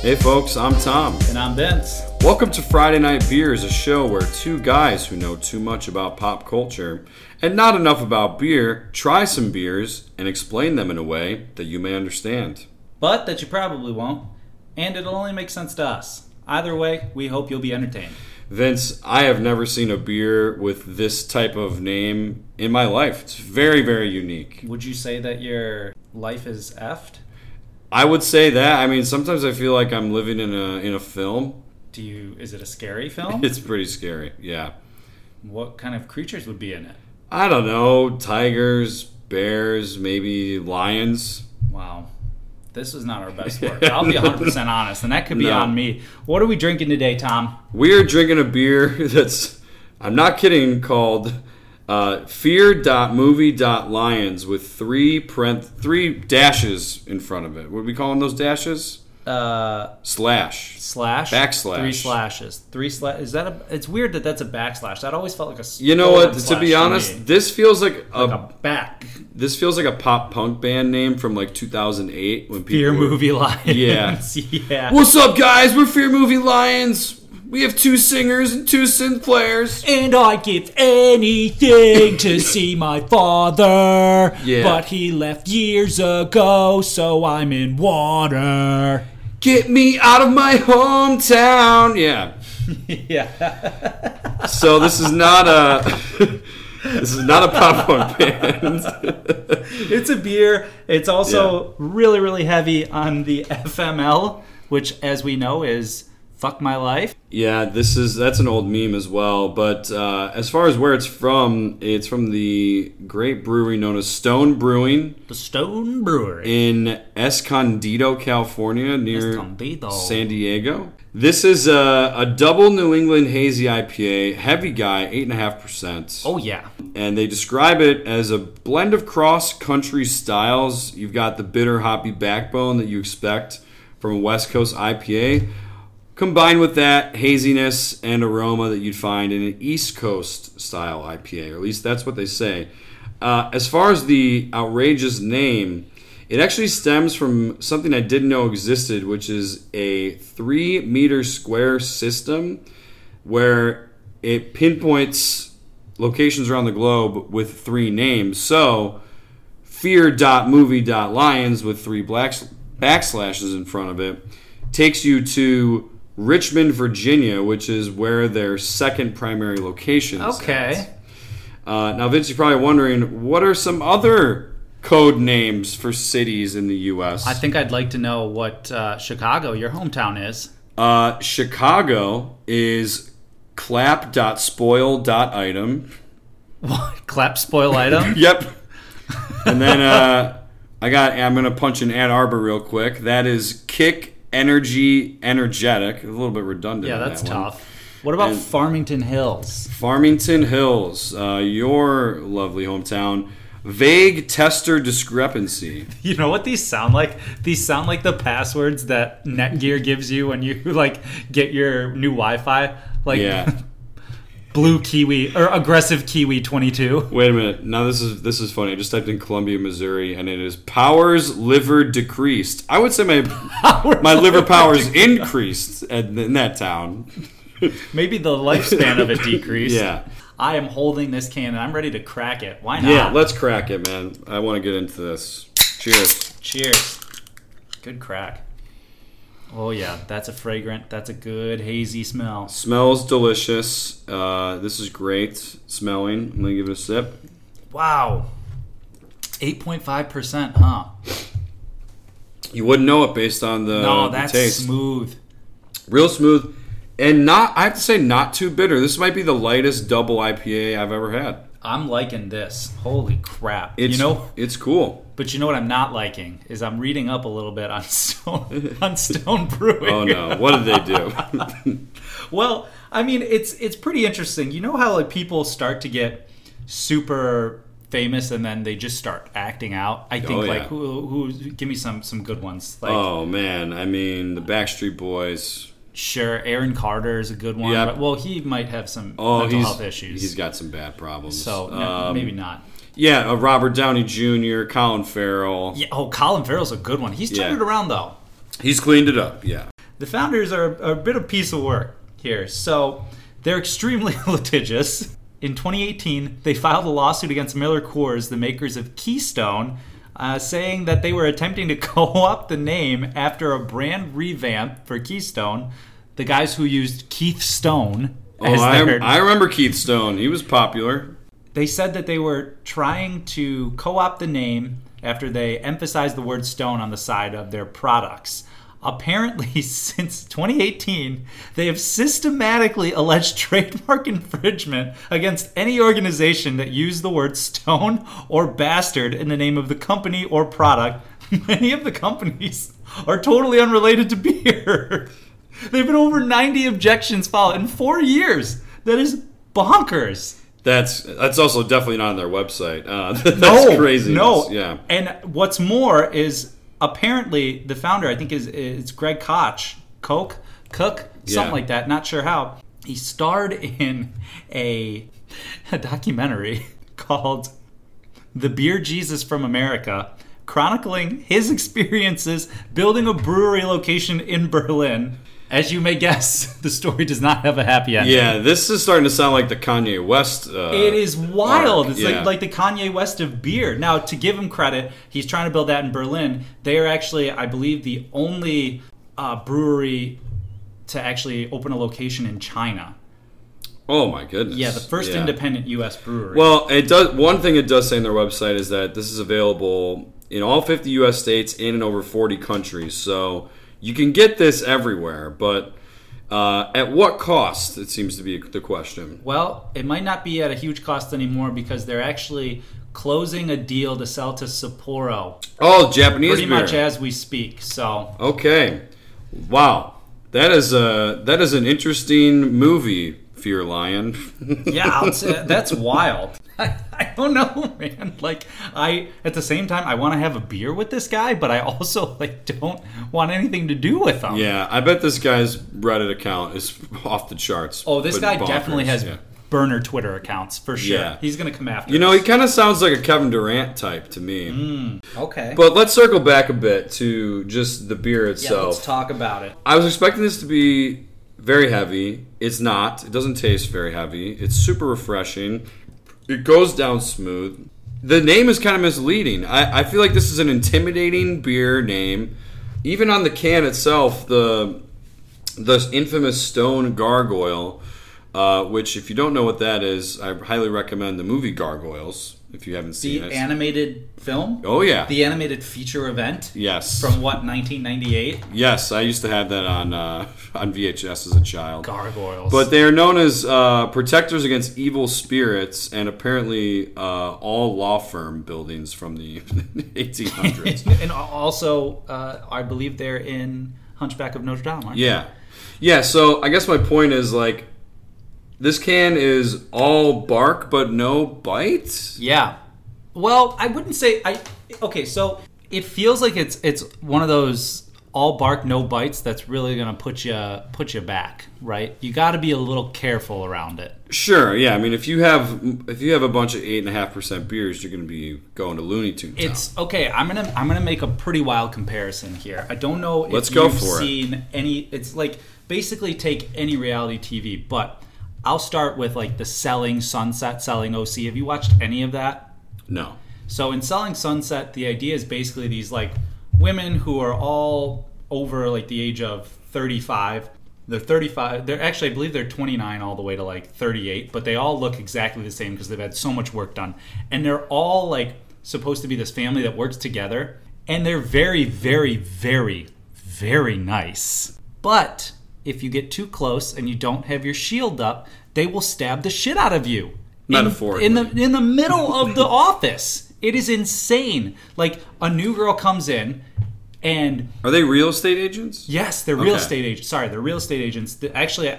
Hey, folks, I'm Tom. And I'm Vince. Welcome to Friday Night Beers, a show where two guys who know too much about pop culture and not enough about beer try some beers and explain them in a way that you may understand. But that you probably won't, and it'll only make sense to us. Either way, we hope you'll be entertained. Vince, I have never seen a beer with this type of name in my life. It's very, very unique. Would you say that your life is effed? I would say that. I mean, sometimes I feel like I'm living in a in a film. Do you is it a scary film? It's pretty scary. Yeah. what kind of creatures would be in it? I don't know, tigers, bears, maybe lions. Wow. This was not our best work. I'll be 100% honest, and that could be No. on me. What are we drinking today, Tom? We're drinking a beer that's I'm not kidding called uh, fear.movie.lions with three print three dashes in front of it. What are we calling those dashes? Uh, Slash. slash? Backslash. Three slashes. Three slash. Is that a. It's weird that that's a backslash. That always felt like a. You know what? forward To slash be me. honest, this feels like a, Like a back. this feels like a pop punk band name from like 2008 when people Beer were- movie lions. Yeah. yeah. What's up, guys? We're Fear Movie Lions. We have two singers and two synth players. And I give anything to see my father. Yeah. But he left years ago, so I'm in water. Get me out of my hometown. Yeah. Yeah. So this is not a this is not a pop punk band. It's a beer. It's also really, really heavy on the FML, which, as we know, is fuck my life. Yeah, this is that's an old meme as well. But uh, as far as where it's from, it's from the great brewery known as Stone Brewing The Stone Brewery. in Escondido, California, near Escondido. San Diego. This is a, a double New England hazy IPA, heavy guy, eight and a half percent. Oh, yeah. and they describe it as a blend of cross country styles. You've got the bitter hoppy backbone that you expect from a West Coast IPA, combined with that haziness and aroma that you'd find in an East Coast style IPA, or at least that's what they say. Uh, as far as the outrageous name, it actually stems from something I didn't know existed, which is a three meter square system where it pinpoints locations around the globe with three names. So fear.movie.lions with three blacks, backslashes in front of it takes you to Richmond, Virginia, which is where their second primary location is. Okay. at. Uh, now, Vince, you're probably wondering what are some other code names for cities in the U.S.? I think I'd like to know what uh, Chicago, your hometown, is. Uh, Chicago is clap.spoil.item. What? Clap spoil item? Yep. And then uh, I got. I'm gonna punch in Ann Arbor real quick. That is kick energy energetic. A little bit redundant. Yeah, on that's that one. tough. What about And- Farmington Hills? Farmington Hills, uh, your lovely hometown. Vague tester discrepancy. You know what these sound like? These sound like the passwords that Netgear gives you when you like get your new Wi-Fi, like Yeah. blue kiwi or aggressive kiwi 22. Wait a minute. Now this is this is funny. I just typed in Columbia, Missouri, and it is powers liver decreased. I would say my my liver powers increased at, in that town. Maybe the lifespan of it decreased. Yeah. I am holding this can and I'm ready to crack it. Why not? Yeah, let's crack it, man. I want to get into this. Cheers. Cheers. Good crack. Oh yeah, that's a fragrant. That's a good hazy smell. Smells delicious. Uh, this is great smelling. I'm gonna give it a sip. Wow. 8.5%, huh? You wouldn't know it based on the, No, Uh, the that's taste. smooth. Real smooth, and not. I have to say, not too bitter. This might be the lightest double IPA I've ever had. I'm liking this. Holy crap. It's, you know, it's cool. but you know what I'm not liking is I'm reading up a little bit on Stone on Stone Brewing. Oh no, what did they do? Well, I mean, it's it's pretty interesting. You know how like people start to get super famous and then they just start acting out. I think Oh, yeah. like who, who give me some some good ones. Like oh man, I mean the Backstreet Boys. sure, Aaron Carter is a good one. Yep. But, well, he might have some Oh, mental he's health issues. he's got some bad problems. so no, Um, maybe not. yeah, uh, Robert Downey Jr., Colin Farrell. Yeah. Oh, Colin Farrell's a good one. He's turned Yeah. it around though. He's cleaned it up. Yeah. the founders are a bit of piece of work here. So they're extremely litigious. In 2018, they filed a lawsuit against Miller Coors, the makers of Keystone, uh, saying that they were attempting to co opt the name after a brand revamp for Keystone. The guys who used Keith Stone Oh, as I, their I remember Keith Stone. He was popular. they said that they were trying to co-opt the name after they emphasized the word stone on the side of their products. Apparently, since 2018, they have systematically alleged trademark infringement against any organization that used the word stone or bastard in the name of the company or product. Many of the companies are totally unrelated to beer. They've been over 90 objections filed in four years. That is bonkers. That's that's also definitely not on their website. Uh, that's No, crazy. No, yeah. And what's more is apparently the founder, I think is it's Greg Koch, Coke, Cook, something Yeah. like that. Not sure how. He starred in a, a documentary called "The Beer Jesus from America." Chronicling his experiences building a brewery location in Berlin. As you may guess, the story does not have a happy ending. Yeah, this is starting to sound like the Kanye West. Uh, It is wild. arc, It's yeah. like, like the Kanye West of beer. Now, to give him credit, he's trying to build that in Berlin. They are actually, I believe, the only uh, brewery to actually open a location in China. Oh my goodness. Yeah, the first Yeah. independent U.S. brewery. Well, it does. One thing it does say on their website is that this is available in all 50 U.S. states and in over 40 countries. So you can get this everywhere, but uh, at what cost? It seems to be the question. Well, it might not be at a huge cost anymore because they're actually closing a deal to sell to Sapporo Oh, Japanese pretty beer. much as we speak. So okay. Wow. That is a that is an interesting movie, Fear Lion. yeah, I'll t- that's wild. I, I don't know, man. Like, I at the same time, I want to have a beer with this guy, but I also like don't want anything to do with him. Yeah, I bet this guy's Reddit account is off the charts. Oh, this but guy bonkers, definitely has yeah. burner Twitter accounts for sure. Yeah. He's gonna come after. You know, us. he kind of sounds like a Kevin Durant type to me. Mm. okay. But let's circle back a bit to just the beer yeah, itself. let's talk about it. I was expecting this to be very heavy. It's not. It doesn't taste very heavy. It's super refreshing. It goes down smooth. The name is kind of misleading. I, I feel like this is an intimidating beer name. Even on the can itself, the the infamous stone gargoyle, uh, which if you don't know what that is, I highly recommend the movie Gargoyles if you haven't The seen it. animated film, oh yeah. the animated feature event yes. from what 1998? Yes, I used to have that on uh, on VHS as a child. Gargoyles. But they are known as uh, protectors against evil spirits, and apparently uh, all law firm buildings from the 1800s. and also, uh, I believe they're in Hunchback of Notre Dame. Aren't they? yeah, yeah. So I guess my point is like, this can is all bark but no bite. Yeah. Well, I wouldn't say I. Okay, so it feels like it's it's one of those all bark no bites that's really gonna put you put you back, right? You got to be a little careful around it. Sure, yeah. I mean, if you have if you have a bunch of eight and a half percent beers, you're going to be going to Looney Tunes. now. It's okay. I'm gonna I'm gonna make a pretty wild comparison here. I don't know if Let's go you've for it. seen any. It's like basically take any reality TV, but I'll start with like the Selling Sunset, Selling OC. Have you watched any of that? no. So in Selling Sunset, the idea is basically these like women who are all over like the age of 35. They're 35. They're actually, I believe they're 29 all the way to like 38, but they all look exactly the same because they've had so much work done. And they're all like supposed to be this family that works together. And they're very, very, very, very nice. But if you get too close and you don't have your shield up, they will stab the shit out of you. In- Metaphorically. In, the in the middle of the office. It is insane. Like a new girl comes in and Are they real estate agents? yes, they're real Okay. estate agents. Sorry, they're real estate agents. Th- Actually,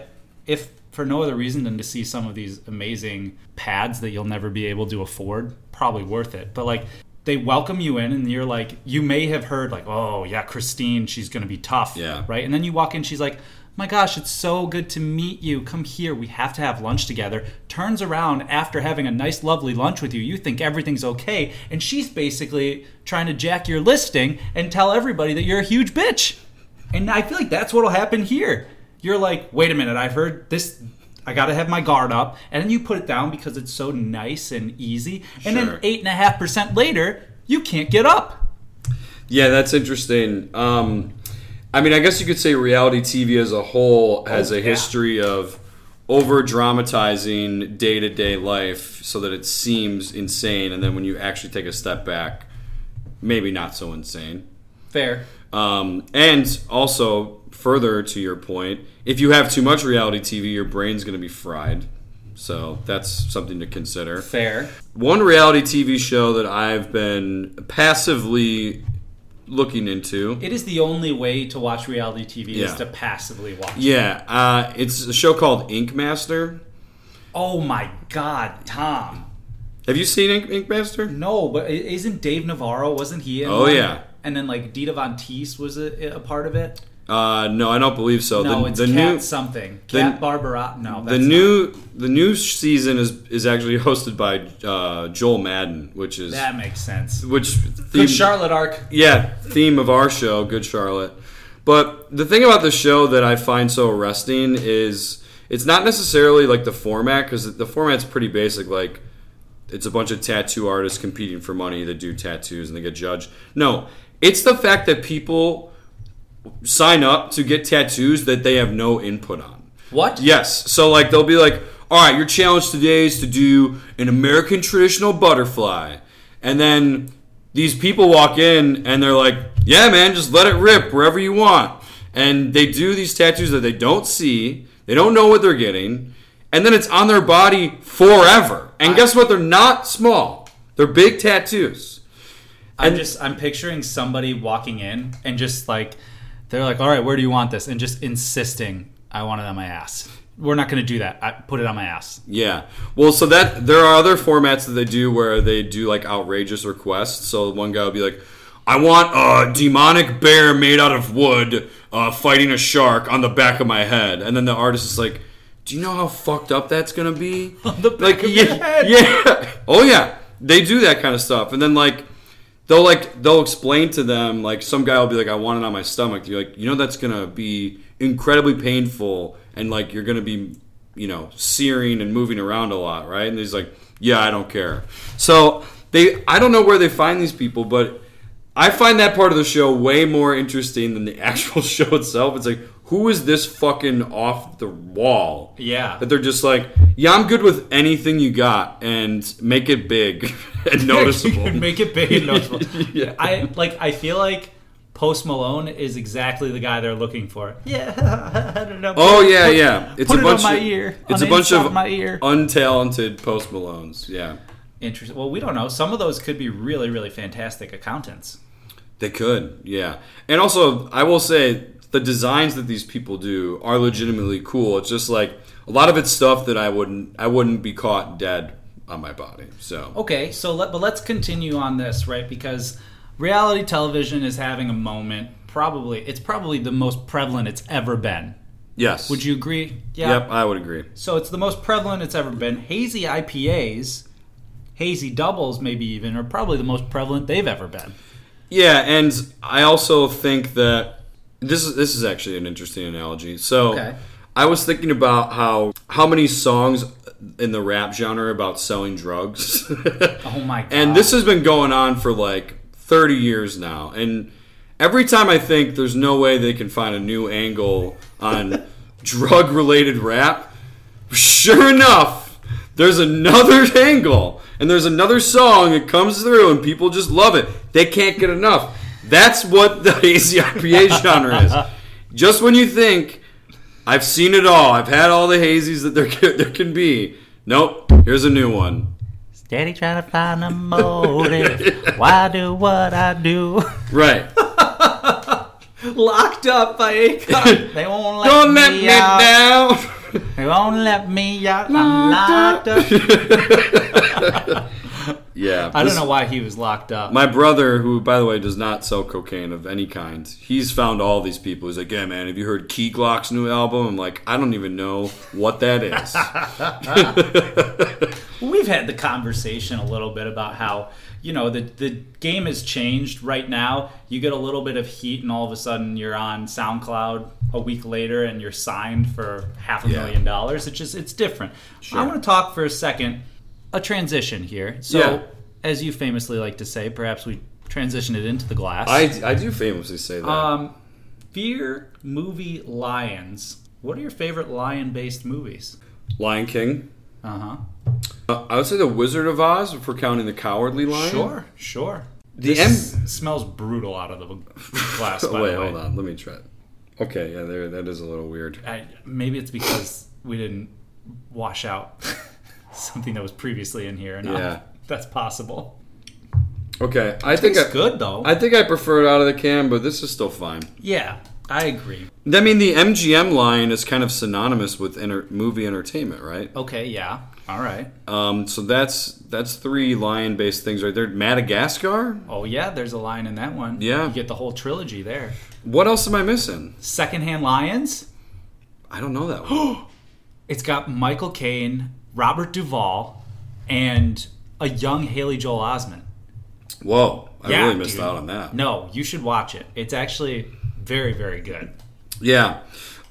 if for no other reason than to see some of these amazing pads that you'll never be able to afford, probably worth it. But like they welcome you in and you're like you may have heard like, "Oh, yeah, Christine, she's going to be tough." Yeah. Right? And then you walk in, she's like, "My gosh, it's so good to meet you. Come here. We have to have lunch together." Turns around after having a nice lovely lunch with you. You think everything's okay, and she's basically trying to jack your listing and tell everybody that you're a huge bitch. And I feel like that's what'll happen here. You're like, wait a minute, I've heard this. I gotta have my guard up, and then you put it down because it's so nice and easy. And Sure. then eight and a half percent later, you can't get up. Yeah, that's interesting. Um, I mean, I guess you could say reality TV as a whole has Oh, a yeah. history of over dramatizing day to day life so that it seems insane, and then when you actually take a step back, maybe not so insane. Fair. Um, and also, further to your point, if you have too much reality TV, your brain's going to be fried. So that's something to consider. Fair. One reality TV show that I've been passively looking into. It is the only way to watch reality TV is Yeah. to passively watch. Yeah, uh, it's a show called Ink Master. Oh my God, Tom. Have you seen Ink, Ink Master? No, but i- isn't Dave Navarro? Wasn't he? In Oh, one? yeah. And then like Dita Von Teese was a, a part of it. Uh, no, I don't believe so. No, the, it's the Cat new something. the- Cat Barbara. No, that's the not- new the new season is is actually hosted by uh, Joel Madden, which is That makes sense. which Good theme, Charlotte arc. yeah, theme of our show, Good Charlotte. But the thing about the show that I find so arresting is it's not necessarily like the format because the format's pretty basic. Like it's a bunch of tattoo artists competing for money that do tattoos and they get judged. No, it's the fact that people sign up to get tattoos that they have no input on. What? Yes. So like they'll be like, all right, your challenge today is to do an American traditional butterfly, and then these people walk in and they're like, yeah, man, just let it rip wherever you want, and they do these tattoos that they don't see, they don't know what they're getting, and then it's on their body forever. And guess what? They're not small. They're big tattoos. I'm just I'm picturing somebody walking in and just like they're like, all right, where do you want this? And just insisting, I want it on my ass. We're not going to do that. I put it on my ass. Yeah. Well, so that there are other formats that they do where they do like outrageous requests. So one guy will be like, "I want a demonic bear made out of wood uh, fighting a shark on the back of my head," and then the artist is like, "Do you know how fucked up that's gonna be?" The back like of yeah, your head. yeah. Oh yeah, they do that kind of stuff, and then like. They'll like they'll explain to them like some guy will be like I want it on my stomach. You're like you know that's gonna be incredibly painful and like you're gonna be you know searing and moving around a lot, right? And he's like, yeah, I don't care. So they I don't know where they find these people, but I find that part of the show way more interesting than the actual show itself. It's like who is this fucking off the wall? Yeah. that they're just like, yeah, I'm good with anything you got, and make it big and You can noticeable. make it big and noticeable. Yeah. I like. I feel like Post Malone is exactly the guy they're looking for. Yeah. I don't know. Oh yeah, yeah. It's put a it on bunch my of, ear, on It's the a bunch inside of of my ear. untalented post Malones. Yeah, Interesting. Well, we don't know. Some of those could be really, really fantastic accountants. they could. Yeah, and also I will say the designs that these people do are legitimately cool. It's just like a lot of it's stuff that I wouldn't I wouldn't be caught dead on my body. So Okay, so let, but let's continue on this, right? Because reality television is having a moment. Probably, it's probably the most prevalent it's ever been. yes, Would you agree? Yeah. Yep, I would agree. So it's the most prevalent it's ever been. Hazy IPAs, hazy doubles, maybe even, are probably the most prevalent they've ever been. Yeah, and I also think that this is this is actually an interesting analogy. So Okay. I was thinking about how how many songs in the rap genre about selling drugs. Oh my god! and this has been going on for like 30 years now. And every time I think there's no way they can find a new angle on drug related rap, sure enough, there's another angle and there's another song that comes through and people just love it. They can't get enough. That's what the hazy IPA genre is. Just when you think I've seen it all, I've had all the hazies that there can, there can be. Nope, here's a new one. Daddy trying to find a motive. Why do what I do? Right. locked up by Akon. they won't let Don't me let me out. down. They won't let me out. I'm locked up. Yeah, I this- don't know why he was locked up. My brother, who by the way does not sell cocaine of any kind, he's found all these people. He's like, "Yeah, man, have you heard Key Glock's new album?" I'm like, "I don't even know what that is." We've had the conversation a little bit about how you know the the game has changed. Right now, you get a little bit of heat, and all of a sudden, you're on SoundCloud a week later, and you're signed for half a Yeah. million dollars. It's just it's different. I want to talk for a second a transition here. So, Yeah. as you famously like to say, perhaps we transition it into the glass. I, I do famously say that. um, fear movie lions. What are your favorite lion-based movies? Lion King. Uh huh. Uh, I would say The Wizard of Oz if we're counting the Cowardly Lion. Sure, sure. The this M- smells brutal out of the glass. Oh, by wait, the way. hold on. Let me try it. Okay, yeah, there. That is a little weird. I, maybe it's because we didn't wash out something that was previously in here. Enough. Yeah. that's possible. Okay, I think I, It's good though. I think I prefer it out of the can, but this is still fine. yeah, I agree. I mean, the MGM line is kind of synonymous with enter- movie entertainment, right? Okay, yeah, all right. Um, so that's that's three lion-based things right there. Madagascar. Oh yeah, there's a lion in that one. Yeah. you get the whole trilogy there. What else am I missing? Secondhand lions. I don't know that one. It's got Michael Caine, Robert Duvall, and a young Haley Joel Osment. Whoa, I Yeah, really missed dude. out on that. No, you should watch it. It's actually very, very good. Yeah.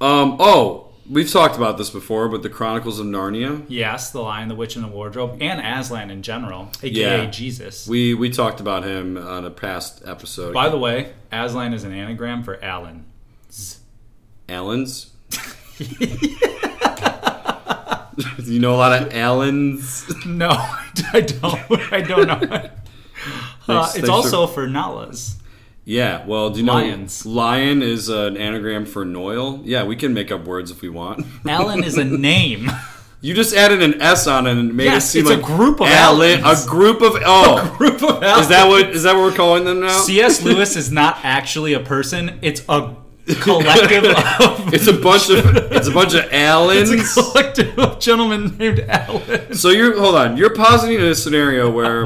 Um, oh, we've talked about this before, but the Chronicles of Narnia. Yes, The Lion, the Witch, and the Wardrobe, and Aslan in general, aka Yeah. Jesus. We we talked about him on a past episode. By the way, Aslan is an anagram for Alan. Allens. you know a lot of Allens. No, I don't. I don't know. Uh, Thanks- thanks it's also for Nalas. Yeah. Well, do you know Lions. Lion is an anagram for Noil. Yeah, we can make up words if we want. Alan is a name. You just added an S on it and made Yes, it seem it's a like group of Allen- Allens. A group of oh, Group of is that what is that what we're calling them now? C.S. Lewis is not actually a person. It's a collective of It's a bunch of it's a bunch of Allens. it's a collective of gentlemen named Alan. So you're hold on. You're positing a scenario where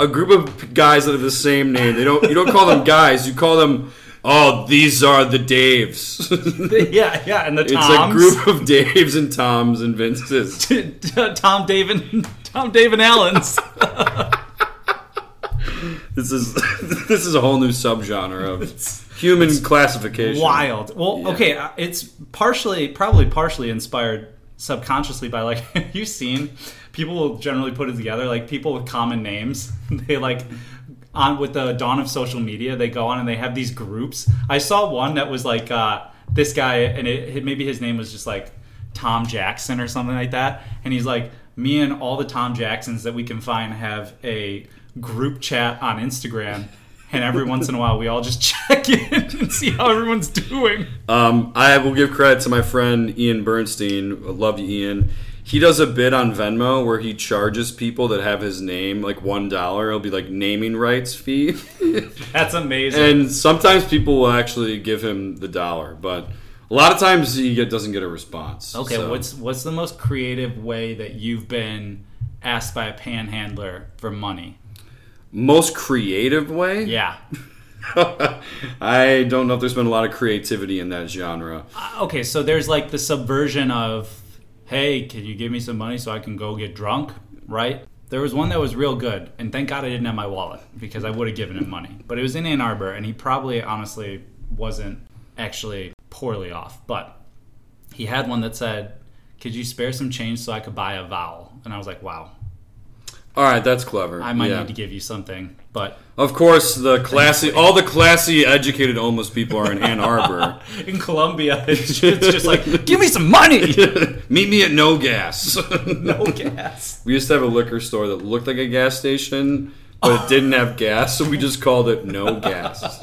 a group of guys that have the same name. They don't you don't call them guys. You call them oh these are the Daves. it's Yeah, yeah, and the a group of Daves and Toms and Vinces. Tom David Tom David Allen's. This is this is a whole new subgenre of human classification. Wild. Well, Yeah. okay, uh, it's partially probably partially inspired subconsciously by like have you seen people will generally put it together like people with common names they like on with the dawn of social media they go on and they have these groups i saw one that was like uh this guy and it, it- maybe his name was just like tom jackson or something like that and he's like me and all the tom jacksons that we can find have a group chat on instagram and every once in a while we all just check in and see how everyone's doing Um, I will give credit to my friend Ian Bernstein. I Love you, Ian. He does a bid on Venmo where he charges people that have his name like one dollar. It'll be like naming rights fee, that's amazing and sometimes people will actually give him the dollar, but a lot of times he get, doesn't get a response. Okay, So, what's what's the most creative way that you've been asked by a panhandler for money? most creative way? Yeah. I don't know if there's been a lot of creativity in that genre. Uh, okay, so there's like the subversion of, hey, can you give me some money so I can go get drunk? Right? There was one that was real good, and thank God I didn't have my wallet because I would have given him money. But it was in Ann Arbor, and he probably honestly wasn't actually poorly off. But he had one that said, could you spare some change so I could buy a vowel? And I was like, wow, All right, that's clever. I might Yeah. need to give you something. But Of course, the classy, all the classy, educated homeless people are in Ann Arbor. in Colombia, it's just, it's just like, give me some money. Meet me at No Gas. No gas. we used to have a liquor store that looked like a gas station, but it didn't have gas, so we just called it No Gas.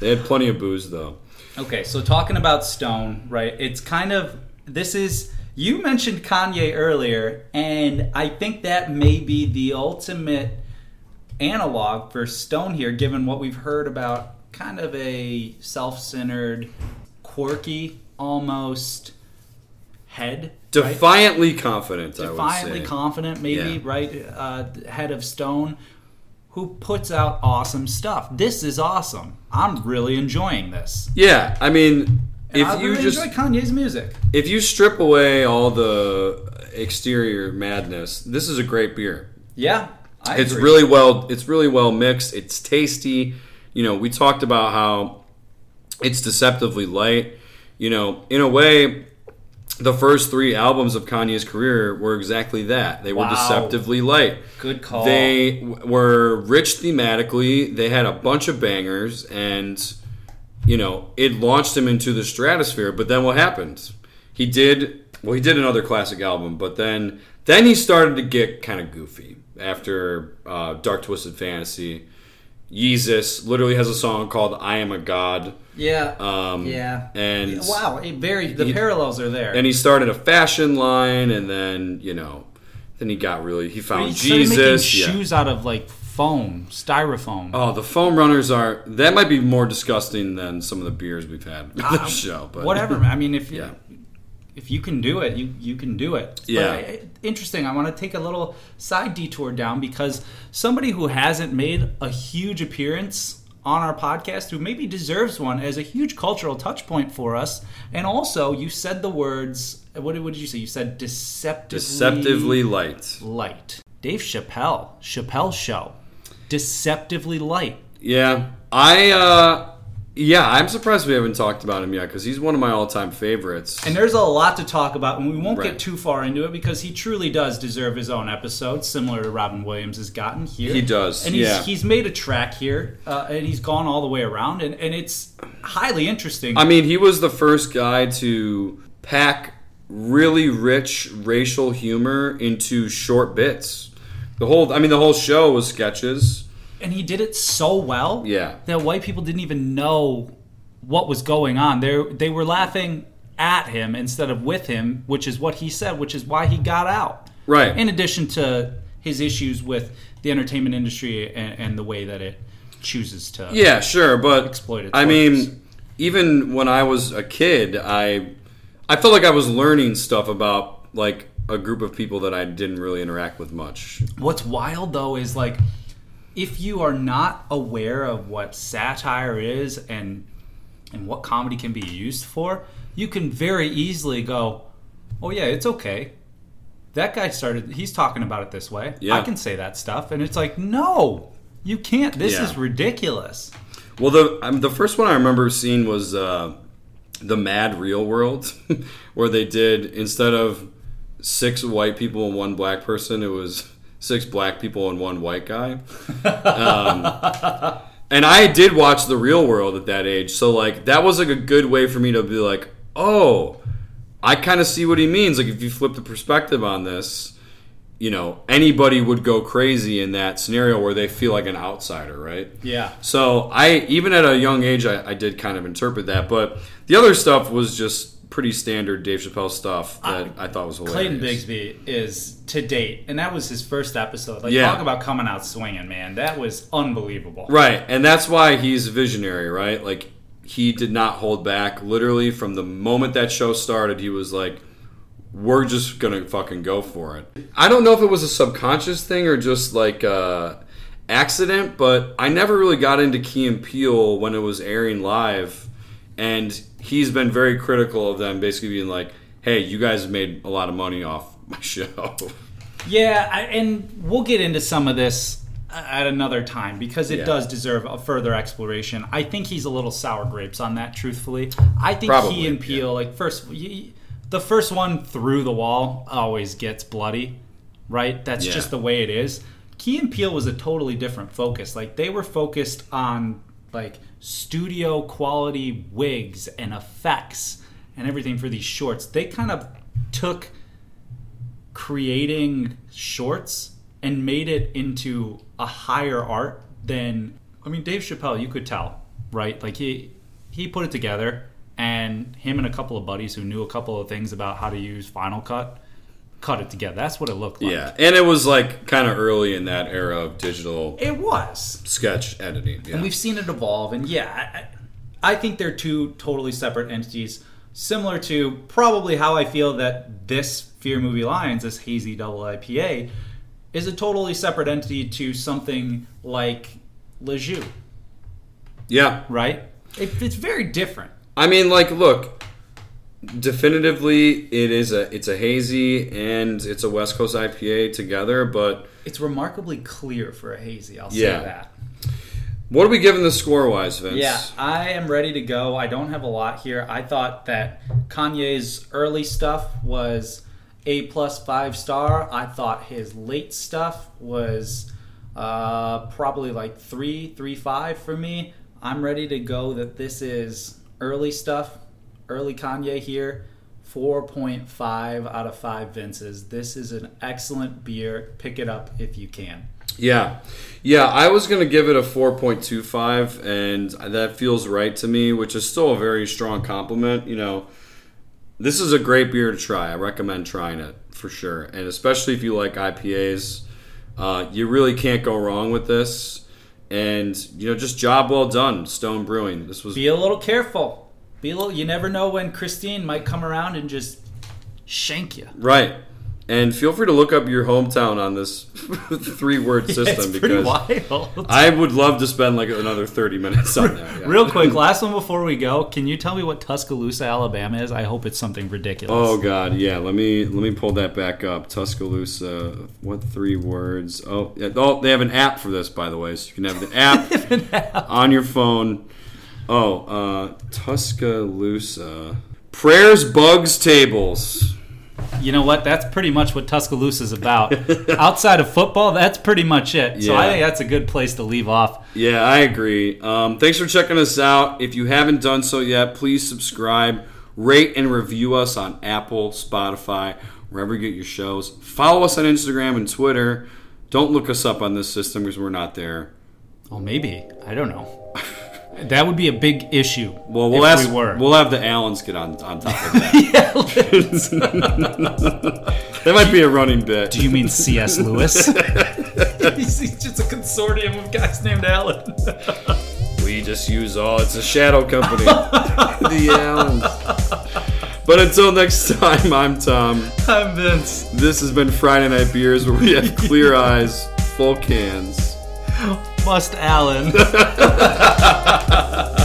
they had plenty of booze, though. Okay, so talking about Stone, right? It's kind of this is you mentioned Kanye earlier, and I think that may be the ultimate analog for Stone here, given what we've heard about kind of a self-centered, quirky, almost head. right? Defiantly confident, I defiantly would say. confident, maybe Yeah. right uh, head of stone, who puts out awesome stuff. This is awesome. I'm really enjoying this. yeah, I mean, And if I you really just enjoy Kanye's music, if you strip away all the exterior madness, this is a great beer. yeah, I It's agree. really well. It's really well mixed. It's tasty. You know, we talked about how it's deceptively light. You know, in a way, the first three albums of Kanye's career were exactly that. They were Wow. deceptively light. good call. They Um, w- were rich thematically. They had a bunch of bangers, and you know it launched him into the stratosphere. But then what happened? He did well. He did another classic album, but then then he started to get kind of goofy after uh, Dark Twisted Fantasy. Yeezus literally has a song called "I Am a God." yeah, Um, yeah. and Wow, it very the He- parallels are there. and he started a fashion line, and then you know, then he got really he found He started making Jesus. yeah. shoes out of like foam, styrofoam. Oh, the foam runners are that might be more disgusting than some of the beers we've had on the show. But Ah, Um, whatever. I mean, if Yeah. if you can do it, you you can do it. Yeah. But I- interesting. I want to take a little side detour down because somebody who hasn't made a huge appearance on our podcast, who maybe deserves one as a huge cultural touch point for us, and also you said the words. What did, what did you say? You said deceptively, deceptively light. light. Dave Chappelle, Chappelle Show, deceptively light. Yeah, I uh, yeah, I'm surprised we haven't talked about him yet because he's one of my all-time favorites. And there's a lot to talk about, and we won't Right. get too far into it because he truly does deserve his own episode, similar to Robin Williams has gotten here. He does, and he's, yeah. he's made a track here, uh, and he's gone all the way around, and, and it's highly interesting. I mean, he was the first guy to pack really rich racial humor into short bits. The whole, I mean, the whole show was sketches. and he did it so well Yeah. that white people didn't even know what was going on. They they were laughing at him instead of with him, which is what he said, which is why he got out. Right. In addition to his issues with the entertainment industry and, and the way that it chooses to. Yeah, sure, but Exploit it I towards- mean, even when I was a kid, I I felt like I was learning stuff about like a group of people that I didn't really interact with much. What's wild though is like if you are not aware of what satire is and and what comedy can be used for, you can very easily go, "Oh yeah, it's okay." That guy started he's talking about it this way. Yeah. I can say that stuff and it's like, "No, you can't. This Yeah. is ridiculous." Well, the um, the first one I remember seeing was uh, the Mad Real World, where they did instead of six white people and one black person, it was six black people and one white guy. Um, and I did watch the Real World at that age, so like that was like a good way for me to be like, oh, I kind of see what he means. Like if you flip the perspective on this. You know, anybody would go crazy in that scenario where they feel like an outsider, right? Yeah. So I even at a young age I, I did kind of interpret that, but the other stuff was just pretty standard Dave Chappelle stuff that I, thought was hilarious. Clayton Bigsby is to date, and that was his first episode. Like Yeah. talk about coming out swinging, man. That was unbelievable. Right, and that's why he's visionary, right? Like he did not hold back. Literally from the moment that show started, he was like, "We're just gonna fucking go for it." I don't know if it was a subconscious thing or just like uh, accident, but I never really got into Key and Peele when it was airing live, and he's been very critical of them, basically being like, "Hey, you guys made a lot of money off my show." Yeah, I, and we'll get into some of this uh, at another time because it Yeah. does deserve a further exploration. I think he's a little sour grapes on that, truthfully. I think Probably, he and Peel, like first, y- the first one through the wall always gets bloody, right? That's Yeah. just the way it is. Key and Peel was a totally different focus. Like they were focused on like studio quality wigs and effects and everything for these shorts. They kind of took creating shorts and made it into a higher art than I mean Dave Chappelle you could tell right like he he put it together and him and a couple of buddies who knew a couple of things about how to use Final Cut cut it together that's what it looked like yeah, and it was like kind of early in that era of digital it was sketch editing. Yeah. and we've seen it evolve and yeah I, I I think they're two totally separate entities similar to probably how I feel that this Fear Movie Lions, this hazy double IPA, is a totally separate entity to something like Lejeune, Yeah. right? It, it's very different. I mean, like, look, definitively, it is a it's a hazy and it's a West Coast IPA together. But It's remarkably clear for a hazy, I'll Yeah. say that. what are we giving the score wise, Vince? Yeah, I am ready to go. I don't have a lot here. I thought that Kanye's early stuff was A plus five star. I thought his late stuff was uh, probably like three, three five for me. I'm ready to go that this is early stuff, early Kanye here. 4.5 out of 5 Vinces. This is an excellent beer. Pick it up if you can. Yeah. Yeah, I was going to give it a 4.25 and that feels right to me, which is still a very strong compliment, you know. This is a great beer to try. I recommend trying it for sure. And especially if you like IPAs, uh, you really can't go wrong with this. And you know, just job well done, Stone Brewing. This was be a little careful. Be a little. You never know when Christine might come around and just shank you. right. And feel free to look up your hometown on this three-word system it's pretty because wild. I would love to spend like another 30 minutes on that. yeah. Real quick, last one before we go. Can you tell me what Tuscaloosa, Alabama is? I hope it's something ridiculous. Oh God, yeah. Let me let me pull that back up. Tuscaloosa. What three words? Oh, yeah, oh, they have an app for this, by the way. So you can have the app, on your phone. Oh, uh, Tuscaloosa. Prayers, bugs, tables. Oh. You know what? That's pretty much what Tuscaloosa's about. Outside of football, that's pretty much it. So I Yeah. think that's a good place to leave off. Yeah, I agree. Um, thanks for checking us out. If you haven't done so yet, please subscribe, rate, and review us on Apple, Spotify, wherever you get your shows. Follow us on Instagram and Twitter. Don't look us up on this system because we're not there. Well, maybe I don't know. That would be a big issue. Well, we'll if ask. we were. We'll have the Allens get on, on top of that. that might be a running bit. Do you mean C.S. Lewis? He's just a consortium of guys named Alan. we just use all. It's a shadow company. the Allens. But until next time, I'm Tom. I'm Vince. This has been Friday Night Beers, where we have clear eyes, full cans. Must Alan.